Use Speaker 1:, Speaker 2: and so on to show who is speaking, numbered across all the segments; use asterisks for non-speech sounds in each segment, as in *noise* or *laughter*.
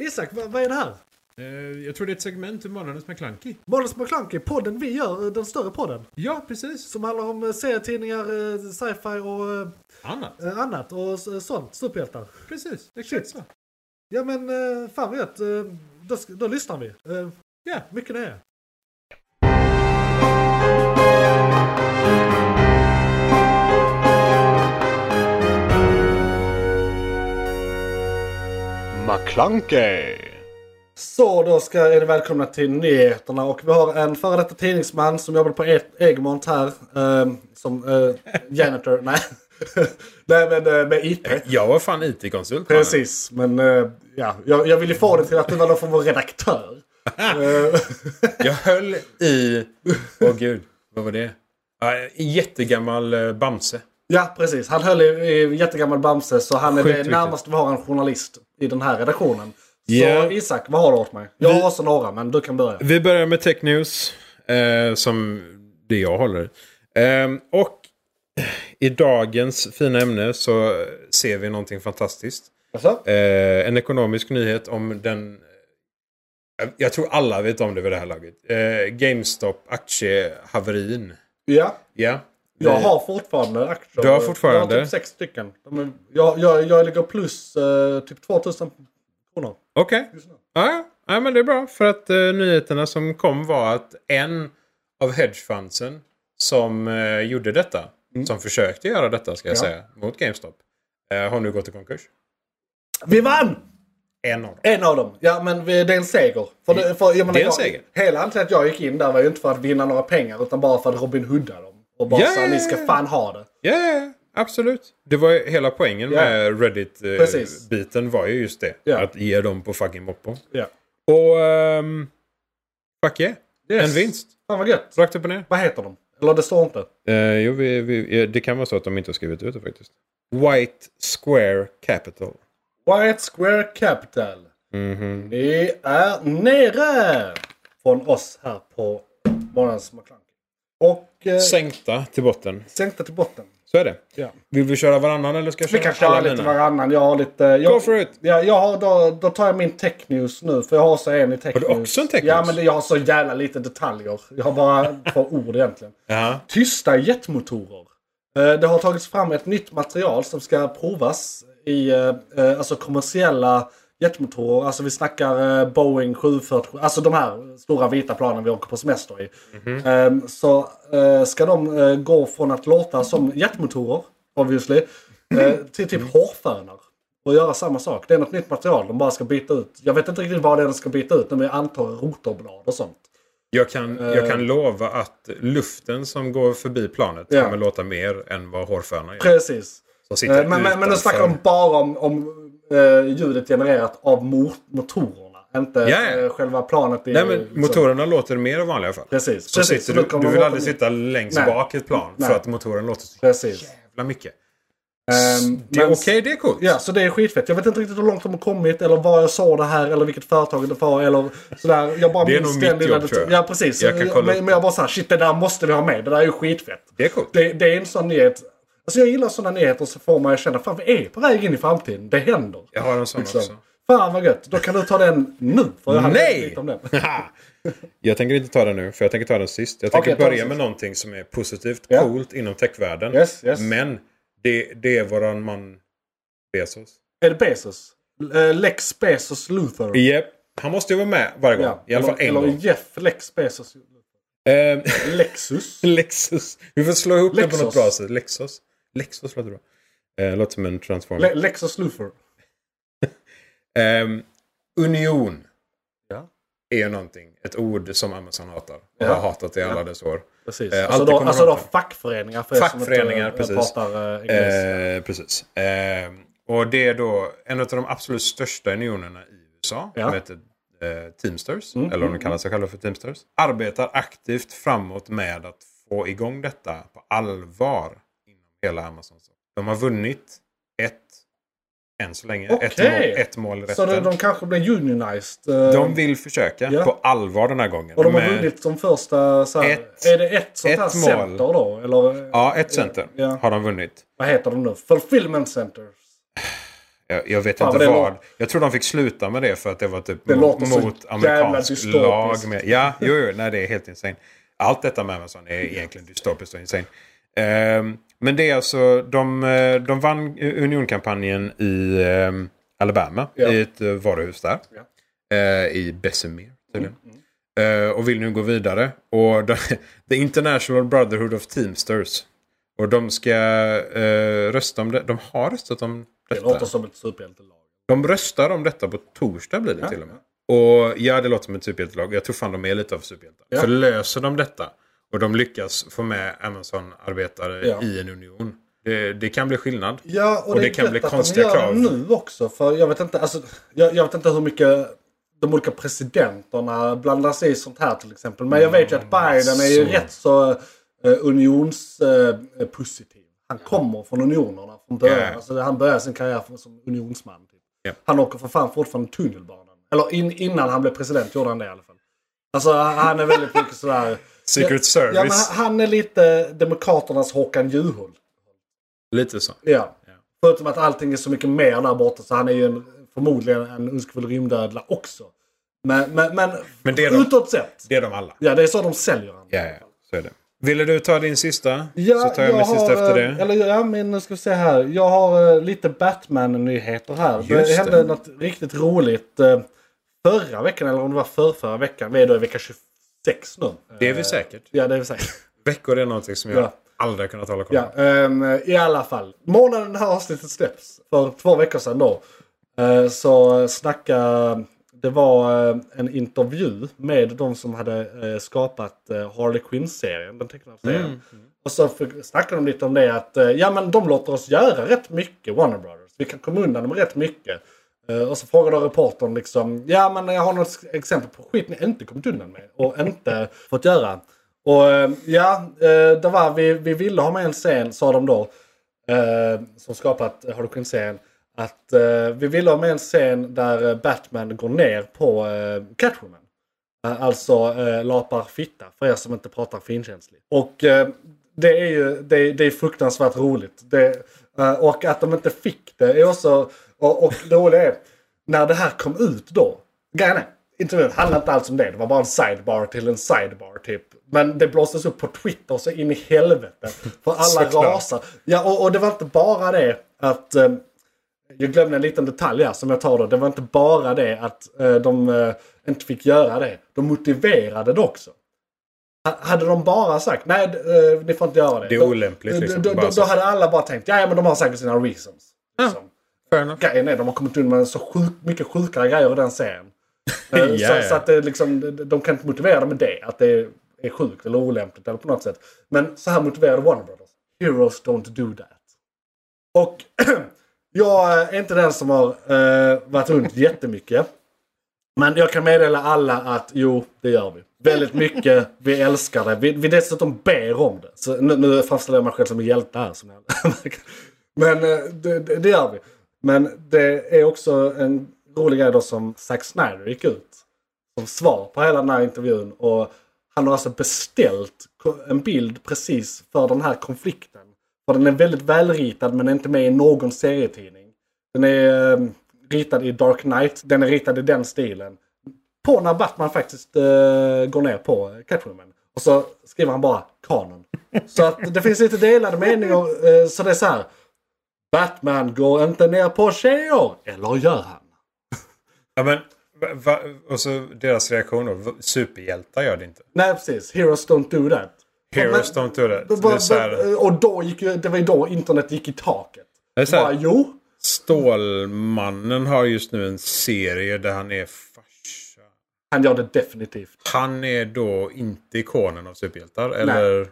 Speaker 1: Isak, vad, vad är det här?
Speaker 2: Eh, jag tror det är ett segment ur Månadens McKlunky.
Speaker 1: Månadens McKlunky, podden vi gör, eh, den större podden.
Speaker 2: Ja, precis.
Speaker 1: Som handlar om eh, serietidningar, eh, sci-fi och
Speaker 2: Annat.
Speaker 1: eh, annat. Och s- sånt, superhjältar.
Speaker 2: Precis, exakt
Speaker 1: Shit.
Speaker 2: så.
Speaker 1: Ja men eh, fan vad gött. Eh, Då, sk- då lyssnar vi. Eh,
Speaker 2: Ja,
Speaker 1: Mycket nöje.
Speaker 3: McClunkey!
Speaker 1: Så då ska är ni välkomna till nyheterna och vi har en före detta tidningsman som jobbade på E- Egmont här. eh, som eh, janitor, nej. *laughs* nej men eh, med IP.
Speaker 4: Jag var fan IT-konsult. mannen.
Speaker 1: Precis, men eh, ja, jag, jag ville få det till att du var någon form av redaktör. Eh,
Speaker 4: Jag höll i... Åh gud, vad var det? Ja, En jättegammal eh, Bamse.
Speaker 1: ja, precis. Han höll i, i jättegammal Bamse så han är det
Speaker 4: Skitviktigt.
Speaker 1: närmaste vi har en journalist i den här redaktionen. Så
Speaker 4: Ja.
Speaker 1: Isak, vad har du åt mig? Jag har
Speaker 4: Vi-
Speaker 1: också några, men du kan börja.
Speaker 4: Vi börjar med Tech News, eh, som det jag håller. Eh, och i dagens fina ämne så ser vi någonting fantastiskt.
Speaker 1: Alltså?
Speaker 4: Eh, en ekonomisk nyhet om den... Jag- Jag tror alla vet om det vid det här laget. Eh, GameStop aktiehaverin.
Speaker 1: Ja,
Speaker 4: Ja.
Speaker 1: jag
Speaker 4: Vi-
Speaker 1: har fortfarande aktier.
Speaker 4: Du har fortfarande?
Speaker 1: Jag har typ sex stycken. De är, jag, jag, jag ligger plus eh, typ 2000 kronor.
Speaker 4: Okej. Ja, ja, men det är bra. För att eh, nyheterna som kom var att en av hedgefundsen som eh, gjorde detta, som försökte göra detta ska jag
Speaker 1: Mm. Ja.
Speaker 4: säga, mot GameStop, eh, har nu gått i konkurs.
Speaker 1: Vi vann!
Speaker 4: En av dem.
Speaker 1: En av dem. Ja, men vi- det är en seger. För det, för, jag menar,
Speaker 4: Det är en
Speaker 1: jag,
Speaker 4: seger.
Speaker 1: Hela anledningen till att jag gick in där var ju inte för att vinna några pengar utan bara för att Robin Hooda dem. Och bara
Speaker 4: Ja,
Speaker 1: sa
Speaker 4: ja, ja,
Speaker 1: ni ska
Speaker 4: ja."
Speaker 1: fan ha det.
Speaker 4: Ja, ja, ja, absolut. Det var ju hela poängen
Speaker 1: Ja.
Speaker 4: med
Speaker 1: Precis.
Speaker 4: Reddit-biten var ju just det.
Speaker 1: Ja.
Speaker 4: Att ge dem på fucking moppen.
Speaker 1: Ja.
Speaker 4: Och... ehm, fuck yeah. En vinst.
Speaker 1: Fan vad gött.
Speaker 4: Rakt upp och ner.
Speaker 1: Vad heter de? Eller det står inte.
Speaker 4: Eh, jo, vi, vi, eh, det kan vara så att de inte har skrivit ut det faktiskt. White Square Capital.
Speaker 1: White Square Capital.
Speaker 4: Mhm.
Speaker 1: Ni är nere! Från oss här på Månadens McClunky. Och eh,
Speaker 4: Sänkta till botten.
Speaker 1: sänkta till botten.
Speaker 4: Så är det.
Speaker 1: Ja.
Speaker 4: Vill vi köra varannan eller ska jag
Speaker 1: Vi
Speaker 4: köra
Speaker 1: kan köra lite
Speaker 4: mina?
Speaker 1: varannan. Jag har lite... Jag,
Speaker 4: Go for it.
Speaker 1: Ja, jag har, då, då tar jag min tech news nu. För jag har så en i tech
Speaker 4: Har du
Speaker 1: news.
Speaker 4: också en tech
Speaker 1: Ja,
Speaker 4: news?
Speaker 1: men det- jag har så jävla lite detaljer. Jag har bara två *laughs* ord egentligen.
Speaker 4: Ja.
Speaker 1: Tysta jetmotorer. Eh, Det har tagits fram ett nytt material som ska provas i eh, eh, alltså kommersiella jetmotorer. Alltså vi snackar eh, Boeing 747, alltså de här stora vita planen vi åker på semester i. Eh, Så eh, ska de eh, gå från att låta som jetmotorer, obviously, eh, till typ hårfönar. Och göra samma sak. Det är något nytt material de bara ska byta ut. Jag vet inte riktigt vad det är de ska byta ut, men jag antar rotorblad och sånt.
Speaker 4: Jag kan, jag kan lova att luften som går förbi planet
Speaker 1: Eh. Ja.
Speaker 4: kommer låta mer än vad hårfönar gör.
Speaker 1: Precis.
Speaker 4: Som
Speaker 1: Eh,
Speaker 4: sitter
Speaker 1: Men, men, men de snackar de
Speaker 4: utanför.
Speaker 1: bara om, om eh, ljudet genererat av mot motorerna. Inte
Speaker 4: Ja, ja.
Speaker 1: eh, själva planet. I,
Speaker 4: Nej, men
Speaker 1: liksom-
Speaker 4: motorerna låter mer i vanliga fall.
Speaker 1: Precis.
Speaker 4: Så
Speaker 1: precis. Så
Speaker 4: sitter du,
Speaker 1: då kommer
Speaker 4: du
Speaker 1: de
Speaker 4: vill
Speaker 1: låta
Speaker 4: aldrig
Speaker 1: mer.
Speaker 4: sitta längst
Speaker 1: Nej.
Speaker 4: bak i ett plan
Speaker 1: Nej.
Speaker 4: för att motoren låter så
Speaker 1: Precis.
Speaker 4: jävla mycket.
Speaker 1: Ehm,
Speaker 4: Det är
Speaker 1: men-
Speaker 4: okej, det är coolt.
Speaker 1: Ja, så det är skitfett. Jag vet inte riktigt hur långt de har kommit eller var jag såg det här eller vilket företag det var eller sådär. Jag bara
Speaker 4: Det är
Speaker 1: minns
Speaker 4: nog
Speaker 1: den
Speaker 4: mitt
Speaker 1: lilla
Speaker 4: jobb,
Speaker 1: det-
Speaker 4: tror jag.
Speaker 1: Ja, precis.
Speaker 4: Jag kan kolla upp
Speaker 1: men, men
Speaker 4: det.
Speaker 1: jag bara såhär, shit det där måste vi ha med. Det där är ju skitfett.
Speaker 4: Det är coolt.
Speaker 1: Det, det är en sån nyhet. Alltså jag gillar sådana nyheter så får man ju känna, fan vi är på väg in i framtiden. Det händer.
Speaker 4: Jag har en sån
Speaker 1: Liksom.
Speaker 4: också.
Speaker 1: Fan vad gött. Då kan du ta den nu. För jag hade
Speaker 4: Nej!
Speaker 1: lite om den.
Speaker 4: *laughs* jag tänker inte ta den nu, för jag tänker ta den sist. Jag tänker
Speaker 1: Okej, ta den
Speaker 4: börja
Speaker 1: sist.
Speaker 4: med någonting som är positivt,
Speaker 1: Ja.
Speaker 4: coolt inom techvärlden.
Speaker 1: Yes, yes.
Speaker 4: Men det, det är våran man Bezos.
Speaker 1: Är det Bezos? Eh, Lex Bezos Luthor.
Speaker 4: Japp. Han måste ju vara med varje gång. I alla fall en
Speaker 1: eller,
Speaker 4: gång.
Speaker 1: eller Jeff Lex Bezos.
Speaker 4: Ehm,
Speaker 1: Lexus.
Speaker 4: *laughs* Lexus. Vi får slå ihop det på något
Speaker 1: Lexus.
Speaker 4: bra sätt. Lexus. Lexus låter bra. Eh, låter som en transformer.
Speaker 1: Le Lexus Luthor.
Speaker 4: Ehm, union.
Speaker 1: Ja.
Speaker 4: Är ju någonting. Ett ord som Amazon hatar. Och
Speaker 1: Ja.
Speaker 4: har hatat i alla dess år.
Speaker 1: Precis.
Speaker 4: Eh,
Speaker 1: alltså
Speaker 4: alltid
Speaker 1: då,
Speaker 4: kommer
Speaker 1: alltså
Speaker 4: de
Speaker 1: då
Speaker 4: fram.
Speaker 1: fackföreningar för er som inte,
Speaker 4: Fackföreningar,
Speaker 1: eh,
Speaker 4: precis.
Speaker 1: pratar eh, engelska.
Speaker 4: Eh, precis. Eh, och det är då en av de absolut största unionerna i USA.
Speaker 1: Ja. Mm.
Speaker 4: Som heter eh, Teamsters. eller om de kallar sig själva för Teamsters. Arbetar aktivt framåt med att få igång detta på allvar. Inom hela Amazon. De har vunnit ett, än så länge, ett,
Speaker 1: Okej.
Speaker 4: mål, ett mål i
Speaker 1: så de,
Speaker 4: rätten.
Speaker 1: de
Speaker 4: De,
Speaker 1: kanske blir unionized. eh,
Speaker 4: vill försöka
Speaker 1: Ja.
Speaker 4: på allvar den här gången.
Speaker 1: och de har
Speaker 4: med-
Speaker 1: vunnit som första... Så här,
Speaker 4: Ett-
Speaker 1: är det ett sånt
Speaker 4: ett
Speaker 1: här
Speaker 4: mål.
Speaker 1: center då? Eller,
Speaker 4: Ja, ett center
Speaker 1: Ja.
Speaker 4: har de vunnit.
Speaker 1: Vad heter de nu? Fulfillment centers.
Speaker 4: Jag, jag vet
Speaker 1: Fan,
Speaker 4: inte
Speaker 1: vad det
Speaker 4: vad.
Speaker 1: lå-
Speaker 4: Jag tror de fick sluta med det för att det var typ
Speaker 1: Det
Speaker 4: mot,
Speaker 1: låter så
Speaker 4: mot
Speaker 1: jävla
Speaker 4: amerikansk
Speaker 1: dystopiskt.
Speaker 4: lag. Med, ja, jo, jo, nej, det är helt insane. Allt detta med Amazon är egentligen dystopiskt och insane. Ehm, men det är alltså, de, eh, de vann eh, Unionkampanjen i ehm, Alabama,
Speaker 1: Ja.
Speaker 4: i ett eh, varuhus där.
Speaker 1: Ja. Mm,
Speaker 4: Eh, I Bessemer, tydligen. Eh, och vill nu gå vidare. Och de, *laughs* The International Brotherhood of Teamsters. Och de ska eh, rösta om det. De har röstat om
Speaker 1: Det
Speaker 4: detta.
Speaker 1: låter som ett superhjältelag.
Speaker 4: De röstar om detta på torsdag blir det
Speaker 1: Ja.
Speaker 4: till och med. Och ja, det låter som ett superhjältelag. Jag tror fan de är lite av superhjältar.
Speaker 1: Ja.
Speaker 4: För löser de detta och de lyckas få med Amazon-arbetare
Speaker 1: Ja.
Speaker 4: i en union. Det, det kan bli skillnad.
Speaker 1: Ja, och,
Speaker 4: Och det
Speaker 1: är
Speaker 4: kan
Speaker 1: gött
Speaker 4: bli
Speaker 1: att
Speaker 4: konstiga
Speaker 1: de gör
Speaker 4: krav.
Speaker 1: det nu också. För jag vet inte, alltså, jag, jag vet inte hur mycket de olika presidenterna blandar sig i sånt här till exempel. Men jag vet ju att Biden är ju
Speaker 4: Mm, så.
Speaker 1: rätt så eh, unionspositiv. han kommer från unionerna från början.
Speaker 4: Ja.
Speaker 1: Alltså, han började sin karriär för- som unionsman. Typ.
Speaker 4: Ja.
Speaker 1: Han åker för fan fortfarande tunnelbanan. Eller in, innan han blev president gjorde han det i alla fall. Alltså han är väldigt mycket sådär...
Speaker 4: *laughs* Secret
Speaker 1: ja,
Speaker 4: Service.
Speaker 1: Ja, men han- han är lite Demokraternas Håkan Juholt.
Speaker 4: Lite så.
Speaker 1: Ja. Förutom att allting är så mycket mer där borta så han är ju en, förmodligen en ondskefull rymdödla också. Men, men, men,
Speaker 4: Men det är de-
Speaker 1: utåt sett.
Speaker 4: Det är de alla.
Speaker 1: Ja, det är så de säljer han.
Speaker 4: Ja, ja. Så är det. Ville du ta din sista?
Speaker 1: Ja,
Speaker 4: så tar jag, min sista efter det.
Speaker 1: eh, Eller ja, men nu ska vi se här. Jag har eh, lite Batman-nyheter här.
Speaker 4: Just
Speaker 1: det hände
Speaker 4: det.
Speaker 1: något riktigt roligt eh, förra veckan, eller om det var förra, förra veckan. Vi är då i vecka 26 nu.
Speaker 4: det är vi säkert.
Speaker 1: Ja, det är säkert.
Speaker 4: Veckor är någonting som jag
Speaker 1: Ja.
Speaker 4: aldrig har kunnat hålla koll på.
Speaker 1: Ja, ehm, I alla fall. Månaden det här avsnittet släpps, för två veckor sedan då, eh, så snacka Det var eh, en intervju med de som hade eh, skapat eh, Harley Quinn-serien, den tecknade serien. Och så fick- snackade de lite om det att eh, ja men de låter oss göra rätt mycket, Warner Brothers. Vi kan komma undan dem rätt mycket. Eh, Och så frågade reportern liksom, ja men jag har något sk- exempel på skit ni inte kommit undan med och inte fått göra. Och eh, ja, eh, det var, vi, vi ville ha med en scen sa de då, eh, som skapat eh, Harley Quinn-serien. Att eh, vi ville ha med en scen där eh, Batman går ner på eh, Catwoman. Eh, Alltså eh, lapar fitta, för er som inte pratar finkänsligt. Och eh, det är ju det, det är fruktansvärt roligt. Det, eh, och att de inte fick det är också... Och, och det roliga är, när det här kom ut då. Grejen är, intervjun handlade inte alls om det. Det var bara en sidebar till en sidebar typ. Men det blåstes upp på Twitter så in i helvete. För alla
Speaker 4: Såklart.
Speaker 1: rasar. Ja, och, och det var inte bara det att... eh, jag glömde en liten detalj här som jag tar då. Det var inte bara det att eh, de eh, inte fick göra det. De motiverade det också. Ha- Hade de bara sagt nej, d- eh, ni får inte göra det.
Speaker 4: Det är
Speaker 1: Då-
Speaker 4: olämpligt,
Speaker 1: Då,
Speaker 4: liksom.
Speaker 1: då,
Speaker 4: Bara
Speaker 1: då,
Speaker 4: så.
Speaker 1: hade alla bara tänkt ja, ja, men de har säkert sina reasons. Liksom.
Speaker 4: Fair enough.
Speaker 1: Grejen är de har kommit undan med så sjukt mycket sjukare grejer i den
Speaker 4: *laughs*
Speaker 1: serien. Eh,
Speaker 4: Ja, ja.
Speaker 1: så, så att det är liksom, de- de kan inte motivera det med det. Att det är, är sjukt eller olämpligt eller på något sätt. Men så här motiverade Warner Brothers. Heroes don't do that. Och *clears throat* jag är inte den som har eh, varit runt *laughs* jättemycket. Men jag kan meddela alla att jo, det gör vi. Väldigt mycket. Vi älskar det. Vi, vi dessutom ber om det. Så nu, nu framställer jag mig själv som en hjälte här. Som jag, *laughs* men eh, det, det, det gör vi. Men det är också en rolig grej då som Zack Snyder gick ut. Som svar på hela den här intervjun. Och han har alltså beställt ko- en bild precis för den här konflikten. För den är väldigt välritad men är inte med i någon serietidning. Den är eh, ritad i Dark Knight. Den är ritad i den stilen. På när Batman faktiskt eh, går ner på Catwoman. Och så skriver han bara kanon. Så att det finns lite delade meningar. Eh, så det är så här. Batman går inte ner på tjejer. Eller gör han?
Speaker 4: Ja, men, va, va, och så deras reaktion då. Va- Superhjältar gör det inte.
Speaker 1: Nej precis. Heroes don't do that.
Speaker 4: Heroes
Speaker 1: Men-
Speaker 4: don't do that.
Speaker 1: men-
Speaker 4: Det är så här,
Speaker 1: eh, Och då gick ju, det var ju då internet gick i taket.
Speaker 4: det är så
Speaker 1: Bara,
Speaker 4: här,
Speaker 1: jo,
Speaker 4: Stålmannen har just nu en serie där han är farsa.
Speaker 1: han gör det definitivt.
Speaker 4: Han är då inte ikonen av superhjältar. Eller?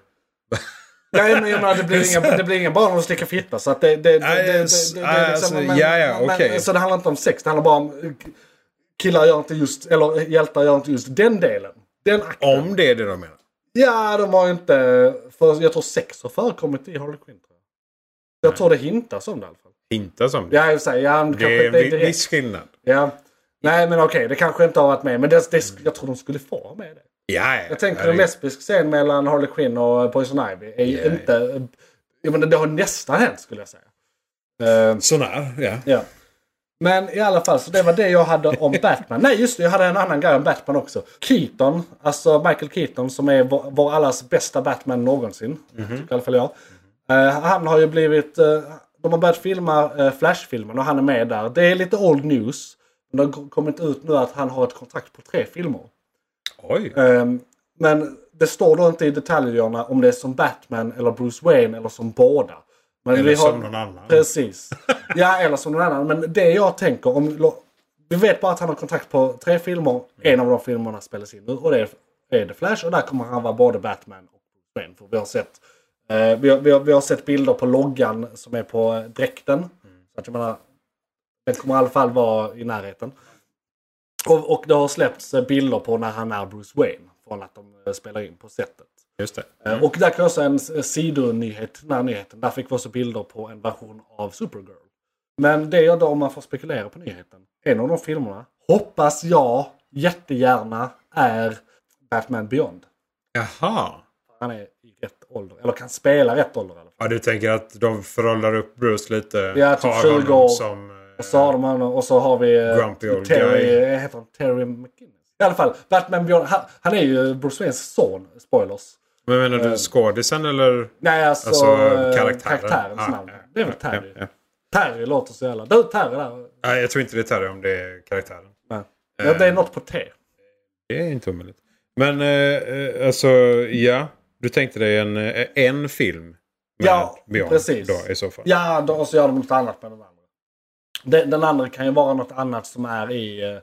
Speaker 1: Nej men jag menar det blir inga, det blir inga barn att slicka fitta. Så att det, det, det, det,
Speaker 4: Nej,
Speaker 1: det, det,
Speaker 4: s-
Speaker 1: det,
Speaker 4: nej,
Speaker 1: är liksom-
Speaker 4: alltså,
Speaker 1: men-
Speaker 4: ja, ja,
Speaker 1: men-
Speaker 4: okej.
Speaker 1: Så det handlar inte om sex, det handlar bara om eh, killar gör inte just, eller eh, hjältar gör inte just den delen. Den akten.
Speaker 4: Om det är det de menar.
Speaker 1: Ja, de har inte, för jag tror sex har förekommit i Harley Quinn. Tror jag. jag tror det hintas om det i alla fall.
Speaker 4: Inte som det.
Speaker 1: Ja, jag säger, ja, men
Speaker 4: Det
Speaker 1: kanske
Speaker 4: är en
Speaker 1: inte
Speaker 4: vi-
Speaker 1: direkt.
Speaker 4: viss skillnad.
Speaker 1: Ja. Nej men okej, det kanske inte har varit med. Men det, det, jag tror de skulle få ha med det.
Speaker 4: Ja, ja.
Speaker 1: Jag tänker en
Speaker 4: Herregud.
Speaker 1: lesbisk scen mellan Harley Quinn och Poison Ivy är ju
Speaker 4: Ja, ja.
Speaker 1: inte... Jag menar, det har nästan hänt skulle jag säga. Eh,
Speaker 4: Sån här, ja.
Speaker 1: ja. Men i alla fall, så det var det jag hade om Batman. Nej just det, jag hade en annan grej om Batman också. Keaton, alltså Michael Keaton som är vår, vår allas bästa Batman någonsin.
Speaker 4: Mhm.
Speaker 1: Tycker i alla fall jag. Eh, han har ju blivit, eh, de har börjat filma eh, Flash-filmen och han är med där. Det är lite old news. Men det har k- kommit ut nu att han har ett kontrakt på tre filmer.
Speaker 4: Oj.
Speaker 1: Ehm, men det står då inte i detaljerna om det är som Batman eller Bruce Wayne eller som båda. Men
Speaker 4: Eller
Speaker 1: vi har,
Speaker 4: som någon annan.
Speaker 1: Precis. Ja, eller som någon annan. Men det jag tänker om... lo- Vi vet bara att han har kontrakt på tre filmer. En av de filmerna spelas in nu och det är, är The Flash. Och där kommer han vara både Batman och Bruce Wayne. För vi har sett, eh, vi har, vi har, vi har sett bilder på loggan som är på eh, dräkten. Så att jag menar, den kommer i alla fall vara i närheten. Och, och det har släppts eh, bilder på när han är Bruce Wayne. Från att de eh, spelar in på setet.
Speaker 4: Just det.
Speaker 1: Eh, Och där kan jag också en s- sidonyhet, den här nyheten. Där fick vi också bilder på en version av Supergirl. Men det jag då, om man får spekulera på nyheten. En av de filmerna, hoppas jag jättegärna, är Batman Beyond.
Speaker 4: Jaha.
Speaker 1: Han är i rätt ålder, eller kan spela rätt ålder i alla fall.
Speaker 4: Ja, du tänker att de föråldrar upp Bruce lite?
Speaker 1: Ja, typ
Speaker 4: Har
Speaker 1: 20
Speaker 4: honom
Speaker 1: år.
Speaker 4: Som, eh,
Speaker 1: Och så har, de, han- och så har vi eh,
Speaker 4: Grumpy old
Speaker 1: Terry,
Speaker 4: guy.
Speaker 1: eh, heter han Terry McKinnon? I alla fall, Batman Beyond, han, han är ju Bruce Waynes son, spoilers.
Speaker 4: men menar du skådisen eller?
Speaker 1: Nej, alltså,
Speaker 4: Alltså,
Speaker 1: eh,
Speaker 4: karaktären.
Speaker 1: karaktärens
Speaker 4: Ah,
Speaker 1: namn.
Speaker 4: ja,
Speaker 1: Det är väl
Speaker 4: ja,
Speaker 1: Terry.
Speaker 4: ja.
Speaker 1: Terry låter så jävla... Du, Terry där.
Speaker 4: Nej, jag tror inte det är Terry om det är karaktären.
Speaker 1: Nej. Ja,
Speaker 4: Eh.
Speaker 1: det är något på T.
Speaker 4: Det är inte omöjligt. Men eh, eh, alltså, ja. Du tänkte dig en, eh, en film med
Speaker 1: Ja,
Speaker 4: Beyond
Speaker 1: precis.
Speaker 4: då i så fall.
Speaker 1: Ja, då, och så gör de något annat med den andra. Den, den andra kan ju vara något annat som är i... eh, eh,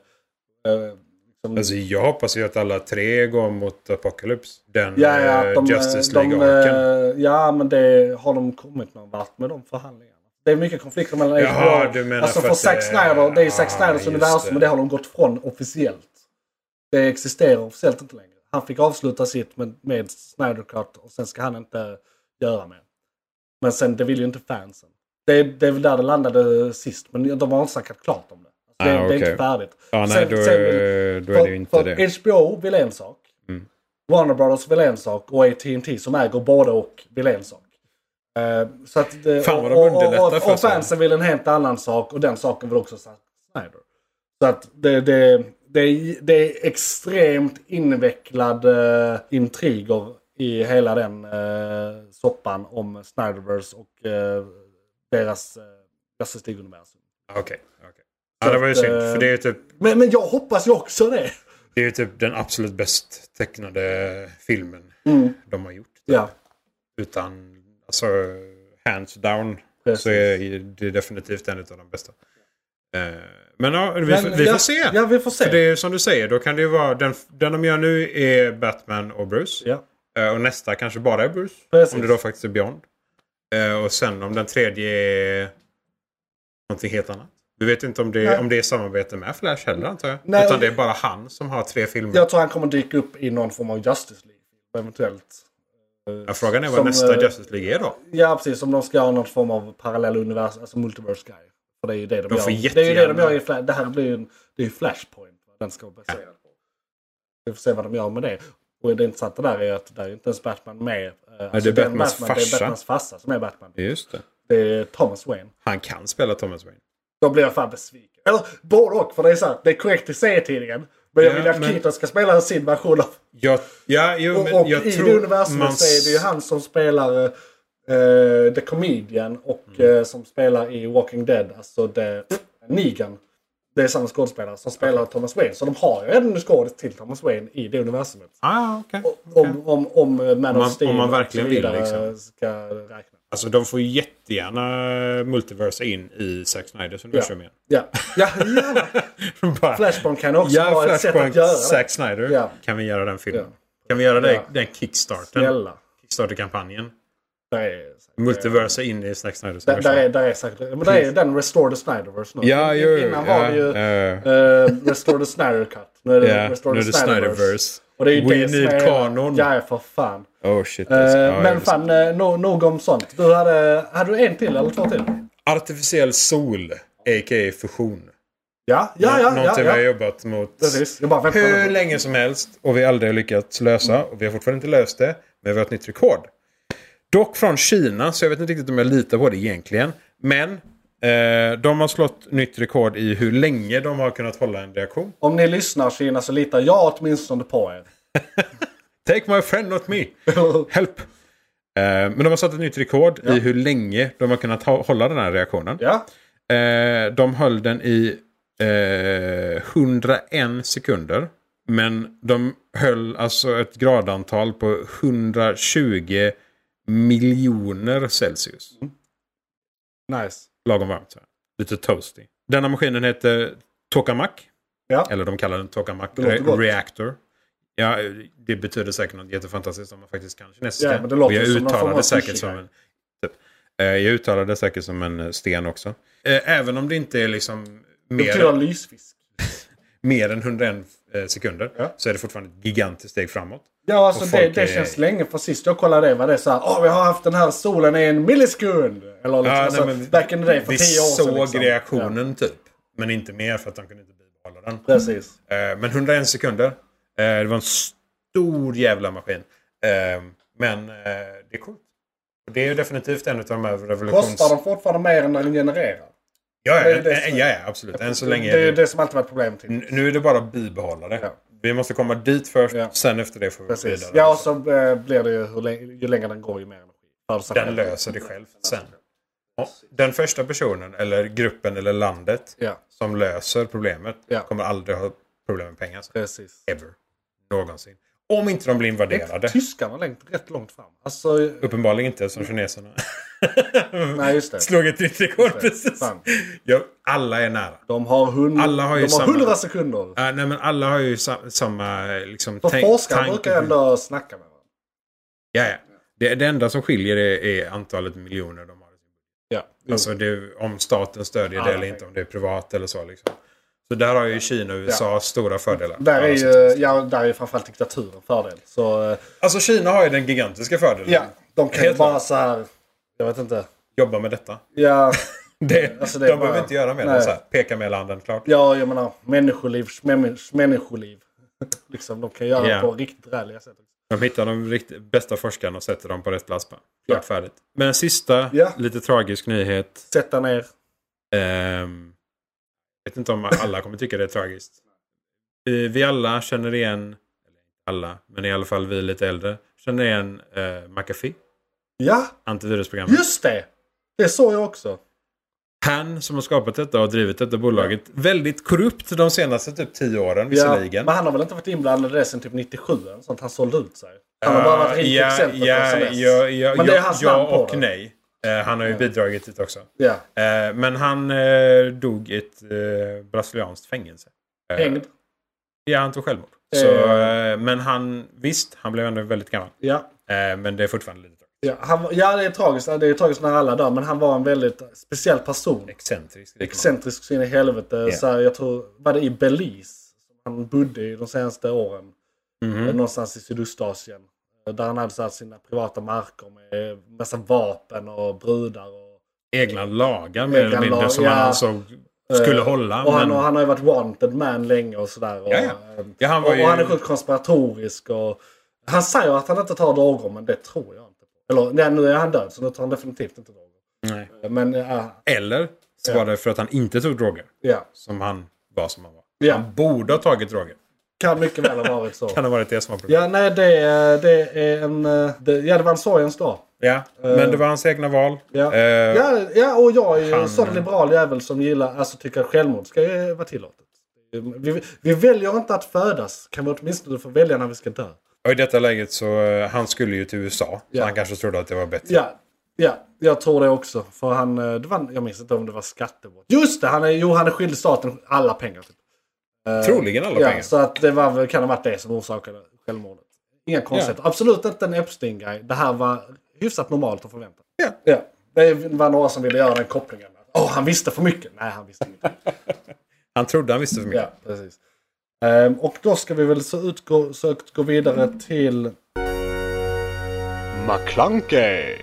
Speaker 1: liksom,
Speaker 4: Alltså, jag hoppas ju att alla tre går mot Apocalypse. Den
Speaker 1: ja, ja,
Speaker 4: eh,
Speaker 1: att de,
Speaker 4: Justice
Speaker 1: de,
Speaker 4: League-arken.
Speaker 1: eh, Ja, men det har de kommit någon vart med de förhandlingarna. Det är mycket konflikter mellan
Speaker 4: Jaha,
Speaker 1: HBO.
Speaker 4: du menar
Speaker 1: Alltså
Speaker 4: för
Speaker 1: för
Speaker 4: att
Speaker 1: Zack
Speaker 4: det-
Speaker 1: Snyder, det är ju Zack
Speaker 4: Ah,
Speaker 1: Snyders
Speaker 4: just
Speaker 1: universum
Speaker 4: det.
Speaker 1: och det har de gått från officiellt. Det existerar officiellt inte längre. Han fick avsluta sitt med, med Snyder Cut och sen ska han inte göra mer. Men sen, det vill ju inte fansen. Det, det är väl där det landade sist, men de har inte snackat klart om det. Alltså, det,
Speaker 4: Ah,
Speaker 1: det är inte
Speaker 4: okej.
Speaker 1: färdigt.
Speaker 4: Ja, nej,
Speaker 1: Sen-
Speaker 4: då,
Speaker 1: sen vill-
Speaker 4: eh, då är det ju inte
Speaker 1: för,
Speaker 4: det.
Speaker 1: för HBO vill en sak.
Speaker 4: Mm.
Speaker 1: Warner Brothers vill en sak och AT&T som äger både och vill en sak. Eh, så att det,
Speaker 4: Fan, vad de
Speaker 1: och, och,
Speaker 4: underlättar
Speaker 1: och,
Speaker 4: för
Speaker 1: och
Speaker 4: sig.
Speaker 1: fansen vill en helt annan sak och den saken vill också Zack Snyder. Så att det, det, det, är- det är extremt invecklad eh, intriger i hela den eh, soppan om Snyderverse och eh, deras eh, Justice League-universum.
Speaker 4: Okej. okej. Ja, det var ju
Speaker 1: Så att,
Speaker 4: synd.
Speaker 1: eh,
Speaker 4: För det är ju typ
Speaker 1: Men, men jag hoppas ju också det.
Speaker 4: Det är ju typ den absolut bäst tecknade filmen de har
Speaker 1: Mm.
Speaker 4: gjort. typ.
Speaker 1: Ja.
Speaker 4: Utan, alltså, hands down
Speaker 1: Precis.
Speaker 4: så är det definitivt en av de bästa. Eh, Men ja, vi,
Speaker 1: Men
Speaker 4: vi
Speaker 1: ja,
Speaker 4: får se.
Speaker 1: Ja, vi får se.
Speaker 4: För det är ju som du säger, då kan det ju vara, den, den de gör nu är Batman och Bruce.
Speaker 1: Ja.
Speaker 4: Eh, Och nästa kanske bara är Bruce.
Speaker 1: Precis.
Speaker 4: Om det då faktiskt är Beyond. Eh, Och sen om den tredje är någonting helt annat. Vi vet inte om det,
Speaker 1: Nej.
Speaker 4: om det är samarbete med Flash heller antar jag.
Speaker 1: Nej,
Speaker 4: Utan
Speaker 1: och-
Speaker 4: det är bara han som har tre filmer.
Speaker 1: Jag tror han kommer dyka upp i någon form av Justice League. Eventuellt.
Speaker 4: Ja, frågan är vad
Speaker 1: Som,
Speaker 4: nästa
Speaker 1: eh,
Speaker 4: Justice League är då.
Speaker 1: Ja, precis. Om de ska ha någon form av parallell universum, alltså multiverse guy. För det är ju det de,
Speaker 4: De
Speaker 1: gör.
Speaker 4: får
Speaker 1: Det är ju det de
Speaker 4: jättegärna-
Speaker 1: gör i Flash. Det här blir ju en, det är ju Flashpoint. Vad den ska vara baserad på. Vi får se vad de gör med det. Och det intressanta där är att där är inte ens Batman med. Eh, alltså, den
Speaker 4: Batmans
Speaker 1: Det är
Speaker 4: farsa.
Speaker 1: Batmans farsa som är Batman.
Speaker 4: Just det.
Speaker 1: Det är Thomas Wayne.
Speaker 4: Han kan spela Thomas Wayne.
Speaker 1: Då blir jag fan besviken. Eller både och. För det är så här, det är korrekt i serietidningen. Men jag
Speaker 4: Ja,
Speaker 1: vill att
Speaker 4: men-
Speaker 1: Keaton ska spela sin version av
Speaker 4: Ja, ja jo, men
Speaker 1: Och, och
Speaker 4: jag
Speaker 1: i
Speaker 4: tror
Speaker 1: det universumet
Speaker 4: man...
Speaker 1: så är det ju han som spelar eh, The Comedian och
Speaker 4: Mm.
Speaker 1: eh, som spelar i Walking Dead, alltså The Negan. Det är samma skådespelare som spelar Thomas Wayne. Så de har ju en skådis till Thomas Wayne i det universumet.
Speaker 4: Ah, okej. okej.
Speaker 1: Om, om, om eh, Man
Speaker 4: man-
Speaker 1: of Steel
Speaker 4: om man
Speaker 1: och så
Speaker 4: verkligen vill,
Speaker 1: vidare
Speaker 4: liksom.
Speaker 1: ska räkna.
Speaker 4: Alltså de får jättegärna multiversa in i Zack Snyders universum igen.
Speaker 1: Ja, *laughs* ja gärna.
Speaker 4: *laughs* Bara,
Speaker 1: Flashpoint kan också
Speaker 4: ja,
Speaker 1: vara ett sätt att
Speaker 4: Flashpoint,
Speaker 1: göra det.
Speaker 4: Zack Snyder.
Speaker 1: Ja.
Speaker 4: Kan vi göra den filmen? Kan vi göra det,
Speaker 1: Ja.
Speaker 4: den kickstarten?
Speaker 1: Snälla.
Speaker 4: Kickstarter-kampanjen.
Speaker 1: Där är,
Speaker 4: Multiversa in i Zack Snyders
Speaker 1: där, där
Speaker 4: universum.
Speaker 1: är, där är säkert... Men där är den Restore the Snyderverse nu.
Speaker 4: Ja, jo,
Speaker 1: Innan var
Speaker 4: ja,
Speaker 1: det ju...
Speaker 4: eh,
Speaker 1: Uh, Restore the Snyder Cut. Nu är det
Speaker 4: ja,
Speaker 1: Restore
Speaker 4: nu är
Speaker 1: the
Speaker 4: det
Speaker 1: Snyderverse.
Speaker 4: Snyderverse.
Speaker 1: Och det är ju
Speaker 4: We
Speaker 1: det som
Speaker 4: need
Speaker 1: är-
Speaker 4: kanon.
Speaker 1: Ja, för fan.
Speaker 4: Oh shit.
Speaker 1: Eh,
Speaker 4: alltså. Ja,
Speaker 1: men
Speaker 4: just-
Speaker 1: fan, uh, no, nog om sånt. Du hade, hade du en till eller två till?
Speaker 4: Artificiell sol, a.k.a. fusion.
Speaker 1: Ja, ja, ja. ja,
Speaker 4: Någonting vi
Speaker 1: ja,
Speaker 4: har jobbat mot
Speaker 1: Precis. Jag bara väntar
Speaker 4: hur
Speaker 1: nu.
Speaker 4: länge som helst och vi aldrig har lyckats lösa. Och vi har fortfarande inte löst det, men vi har ett nytt rekord. Dock från Kina, så jag vet inte riktigt om jag litar på det egentligen. Men Eh, de har slått nytt rekord i hur länge de har kunnat hålla en reaktion.
Speaker 1: Om ni lyssnar Kina så litar jag åtminstone på
Speaker 4: *laughs*
Speaker 1: er.
Speaker 4: Take my friend not me. Help! Eh, men de har satt ett nytt rekord i hur länge de har kunnat ha- hålla den här reaktionen.
Speaker 1: ja.
Speaker 4: Eh, de höll den i eh, 101 sekunder. Men de höll alltså ett gradantal på 120 miljoner Celsius.
Speaker 1: Nice.
Speaker 4: Lagom varmt. Så här. Lite toasty. Denna maskinen heter Tokamak.
Speaker 1: Ja.
Speaker 4: Eller de kallar den Tokamak
Speaker 1: Det låter
Speaker 4: Re-
Speaker 1: gott.
Speaker 4: Reactor. Ja, det betyder säkert något jättefantastiskt om man faktiskt kan kinesiska.
Speaker 1: Ja, men det låter
Speaker 4: Och jag
Speaker 1: som någon form av
Speaker 4: uttalade säkert
Speaker 1: sushi
Speaker 4: som
Speaker 1: guy.
Speaker 4: en... Typ. Eh, Jag uttalade säkert som en eh, sten också. Eh, Även om det inte är liksom
Speaker 1: Det betyder
Speaker 4: mer,
Speaker 1: lysfisk.
Speaker 4: mer än 101 eh, sekunder
Speaker 1: Ja.
Speaker 4: så är det fortfarande ett gigantiskt steg framåt.
Speaker 1: Ja, alltså
Speaker 4: Och
Speaker 1: det,
Speaker 4: folk
Speaker 1: det
Speaker 4: är-
Speaker 1: känns länge. För sist jag kollade det var det så här. Åh, vi har haft den här solen i en millisekund. Eller liksom,
Speaker 4: Ja,
Speaker 1: alltså,
Speaker 4: nej, men
Speaker 1: back in the day för
Speaker 4: vi
Speaker 1: tio år sedan.
Speaker 4: såg
Speaker 1: liksom. Ja,
Speaker 4: reaktionen typ. Men inte mer för att de kunde inte bibehålla den.
Speaker 1: precis.
Speaker 4: Eh, Men 101 sekunder. Eh, Det var en stor jävla maskin. Eh, Men eh, det är coolt. Och Det är ju definitivt en av de här revolutions...
Speaker 1: Kostar de fortfarande mer än när den genererar?
Speaker 4: Ja,
Speaker 1: det
Speaker 4: ja,
Speaker 1: är det som-
Speaker 4: ja, ja, absolut. Än så länge.
Speaker 1: Det
Speaker 4: är
Speaker 1: är
Speaker 4: det- Mm.
Speaker 1: det som alltid varit problemet. Till.
Speaker 4: N- Nu är det bara att bibehålla det.
Speaker 1: Ja.
Speaker 4: Vi måste komma dit först,
Speaker 1: Ja.
Speaker 4: sen efter det får vi gå
Speaker 1: Precis.
Speaker 4: vidare.
Speaker 1: Ja, och så eh, blir det ju hur länge, ju längre den går ju mer energi. Förutsatt
Speaker 4: Den
Speaker 1: att-
Speaker 4: löser det själv sen. Och Den första personen, eller gruppen, eller landet
Speaker 1: Ja,
Speaker 4: som löser problemet
Speaker 1: Ja.
Speaker 4: kommer aldrig ha problem med pengar. sen.
Speaker 1: precis.
Speaker 4: Ever. Någonsin. Om inte de blir invaderade.
Speaker 1: Tyskarna längt rätt långt fram. Alltså,
Speaker 4: Uppenbarligen inte, som kineserna.
Speaker 1: nej just det.
Speaker 4: Slog ett nytt rekord precis.
Speaker 1: Fan.
Speaker 4: Ja, alla är nära.
Speaker 1: De har, hund...
Speaker 4: Alla har ju
Speaker 1: de har
Speaker 4: samma-
Speaker 1: 100 sekunder.
Speaker 4: Ja, nej, men alla har ju sa- samma eh, liksom,
Speaker 1: För
Speaker 4: tänk-
Speaker 1: forskare
Speaker 4: tanke-
Speaker 1: brukar ändå snacka med varandra.
Speaker 4: Ja, ja. Det, det enda som skiljer är, är antalet miljoner de har.
Speaker 1: Ja,
Speaker 4: Alltså det, om staten stödjer
Speaker 1: Ja,
Speaker 4: det
Speaker 1: jag
Speaker 4: eller inte,
Speaker 1: tänker.
Speaker 4: om det är privat eller så. Liksom. Så där har ju Kina och USA stora fördelar.
Speaker 1: Där är
Speaker 4: Alltså,
Speaker 1: ju ja, där är ju framförallt diktaturen fördel. Så eh,
Speaker 4: Alltså Kina har ju den gigantiska fördelen.
Speaker 1: ja, de kan ju
Speaker 4: Helt
Speaker 1: bara
Speaker 4: klart.
Speaker 1: så här, jag vet inte.
Speaker 4: Jobba med detta.
Speaker 1: Ja,
Speaker 4: Det,
Speaker 1: Alltså, det
Speaker 4: de
Speaker 1: är bara-
Speaker 4: behöver inte göra mer
Speaker 1: Nej.
Speaker 4: än så här. Peka med handen, klart.
Speaker 1: ja jag menar människoliv, smämmi- människoliv. *laughs* Liksom, de kan göra
Speaker 4: Ja.
Speaker 1: på riktigt ärliga sätt.
Speaker 4: De hittar de rikt- bästa forskarna och sätter dem på rätt plats. bara.
Speaker 1: Ja.
Speaker 4: Klart färdigt. Men en sista,
Speaker 1: Ja.
Speaker 4: lite tragisk nyhet.
Speaker 1: Sätta ner.
Speaker 4: Ehm, Jag vet inte om alla kommer tycka det är tragiskt. Eh, Vi alla känner igen, alla, men i alla fall vi lite äldre, känner igen eh, McAfee,
Speaker 1: Ja,
Speaker 4: antivirusprogrammet.
Speaker 1: just det! Det såg jag också.
Speaker 4: Han som har skapat detta och drivit detta bolaget, väldigt korrupt de senaste typ tio åren
Speaker 1: Ja,
Speaker 4: visserligen.
Speaker 1: men han har väl inte varit inblandad i det sedan typ 97? eller Sånt, han sålde ut sig. Han har
Speaker 4: Eh,
Speaker 1: bara varit rik
Speaker 4: ja,
Speaker 1: exempel
Speaker 4: ja,
Speaker 1: från dess.
Speaker 4: ja, ja,
Speaker 1: Men det är
Speaker 4: ja,
Speaker 1: hans
Speaker 4: ja
Speaker 1: namn på
Speaker 4: och
Speaker 1: det.
Speaker 4: nej. Eh, han har ju
Speaker 1: Ja.
Speaker 4: bidragit till det också.
Speaker 1: Ja,
Speaker 4: Eh, men han eh, dog i ett eh, brasilianskt fängelse. Eh,
Speaker 1: hängd.
Speaker 4: Ja, han tog självmord.
Speaker 1: Eh.
Speaker 4: Så, eh, men han, visst, han blev ändå väldigt gammal.
Speaker 1: Ja.
Speaker 4: Eh, men det är fortfarande lite
Speaker 1: Ja, han, ja, det är tragiskt. Det är tragiskt när alla dör. Men han var en väldigt speciell person.
Speaker 4: excentriskt.
Speaker 1: Excentrisk så in i helvete.
Speaker 4: Ja.
Speaker 1: Så här, jag tror, var det i Belize? som Han bodde i de senaste åren.
Speaker 4: Mhm.
Speaker 1: Eh, Någonstans i Sydostasien. Eh, Där han hade så här, sina privata marker med massa vapen och brudar. Och,
Speaker 4: Egna lagar mer
Speaker 1: Egna
Speaker 4: eller mindre
Speaker 1: lag,
Speaker 4: som
Speaker 1: ja.
Speaker 4: han ansåg skulle
Speaker 1: eh,
Speaker 4: hålla.
Speaker 1: Och
Speaker 4: men,
Speaker 1: han, och han har ju varit wanted man länge och sådär. Och,
Speaker 4: Ja, ja.
Speaker 1: eh,
Speaker 4: ja, han
Speaker 1: Och,
Speaker 4: var
Speaker 1: och
Speaker 4: ju...
Speaker 1: han är sjukt konspiratorisk. Och, han säger att han inte tar droger, men det tror jag inte. på. Eller nej, nu är han död, så nu tar han definitivt inte droger.
Speaker 4: nej.
Speaker 1: Men eh,
Speaker 4: Eller så var det för att han inte tog droger.
Speaker 1: ja,
Speaker 4: Som han var som han var.
Speaker 1: Ja.
Speaker 4: Han borde ha tagit droger.
Speaker 1: kan mycket väl ha varit så.
Speaker 4: Kan ha varit det som var problemet.
Speaker 1: Ja, nej, det, eh, det är en... eh, Det, ja, det var en sorgens dag.
Speaker 4: Ja. Men det var hans egna val.
Speaker 1: Eh. Ja.
Speaker 4: Eh,
Speaker 1: Ja, ja, och jag är ju en
Speaker 4: han-
Speaker 1: sån liberal jävel som gillar, alltså tycker att självmord ska ju vara tillåtet. Vi, vi väljer inte att födas, kan vi åtminstone få välja när vi ska dö.
Speaker 4: Och i detta läget så, eh, han skulle ju till USA.
Speaker 1: Ja.
Speaker 4: Så han kanske trodde att det var bättre.
Speaker 1: Ja, ja jag tror det också. För han, eh, det var, jag minns inte om det var skattebrott. Just det, han är, jo, han är skyldig staten alla pengar. Typ.
Speaker 4: Troligen alla
Speaker 1: ja,
Speaker 4: pengar.
Speaker 1: Så att det var, väl- kan ha varit det som orsakade självmordet. Inga konstigheter. Absolut inte en Epstein-grej. Det här var hyfsat normalt att förvänta.
Speaker 4: Ja.
Speaker 1: ja. Det var några som ville göra den kopplingen. Åh, han visste för mycket. Nej, han visste inte.
Speaker 4: Han trodde han visste för mycket.
Speaker 1: Ja, precis. Ehm, och då ska vi väl så utgå, sökt gå vidare till...
Speaker 3: McClunkey,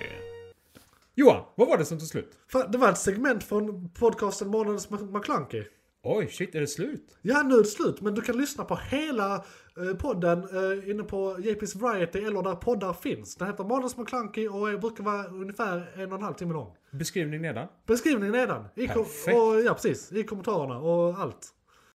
Speaker 2: Johan, vad var det som tog slut?
Speaker 1: Fan, Det var ett segment från podcasten Månadens McClunky.
Speaker 2: Oj, shit, är det slut?
Speaker 1: Ja, nu är det slut. Men du kan lyssna på hela eh, podden eh, inne på JP's Variety eller där poddar finns. Den heter Manus McClunky och är, brukar vara ungefär en och en halv timme lång.
Speaker 2: Beskrivning nedan.
Speaker 1: Beskrivning nedan. I kom-
Speaker 2: Perfekt.
Speaker 1: och, ja, precis. I kommentarerna och allt.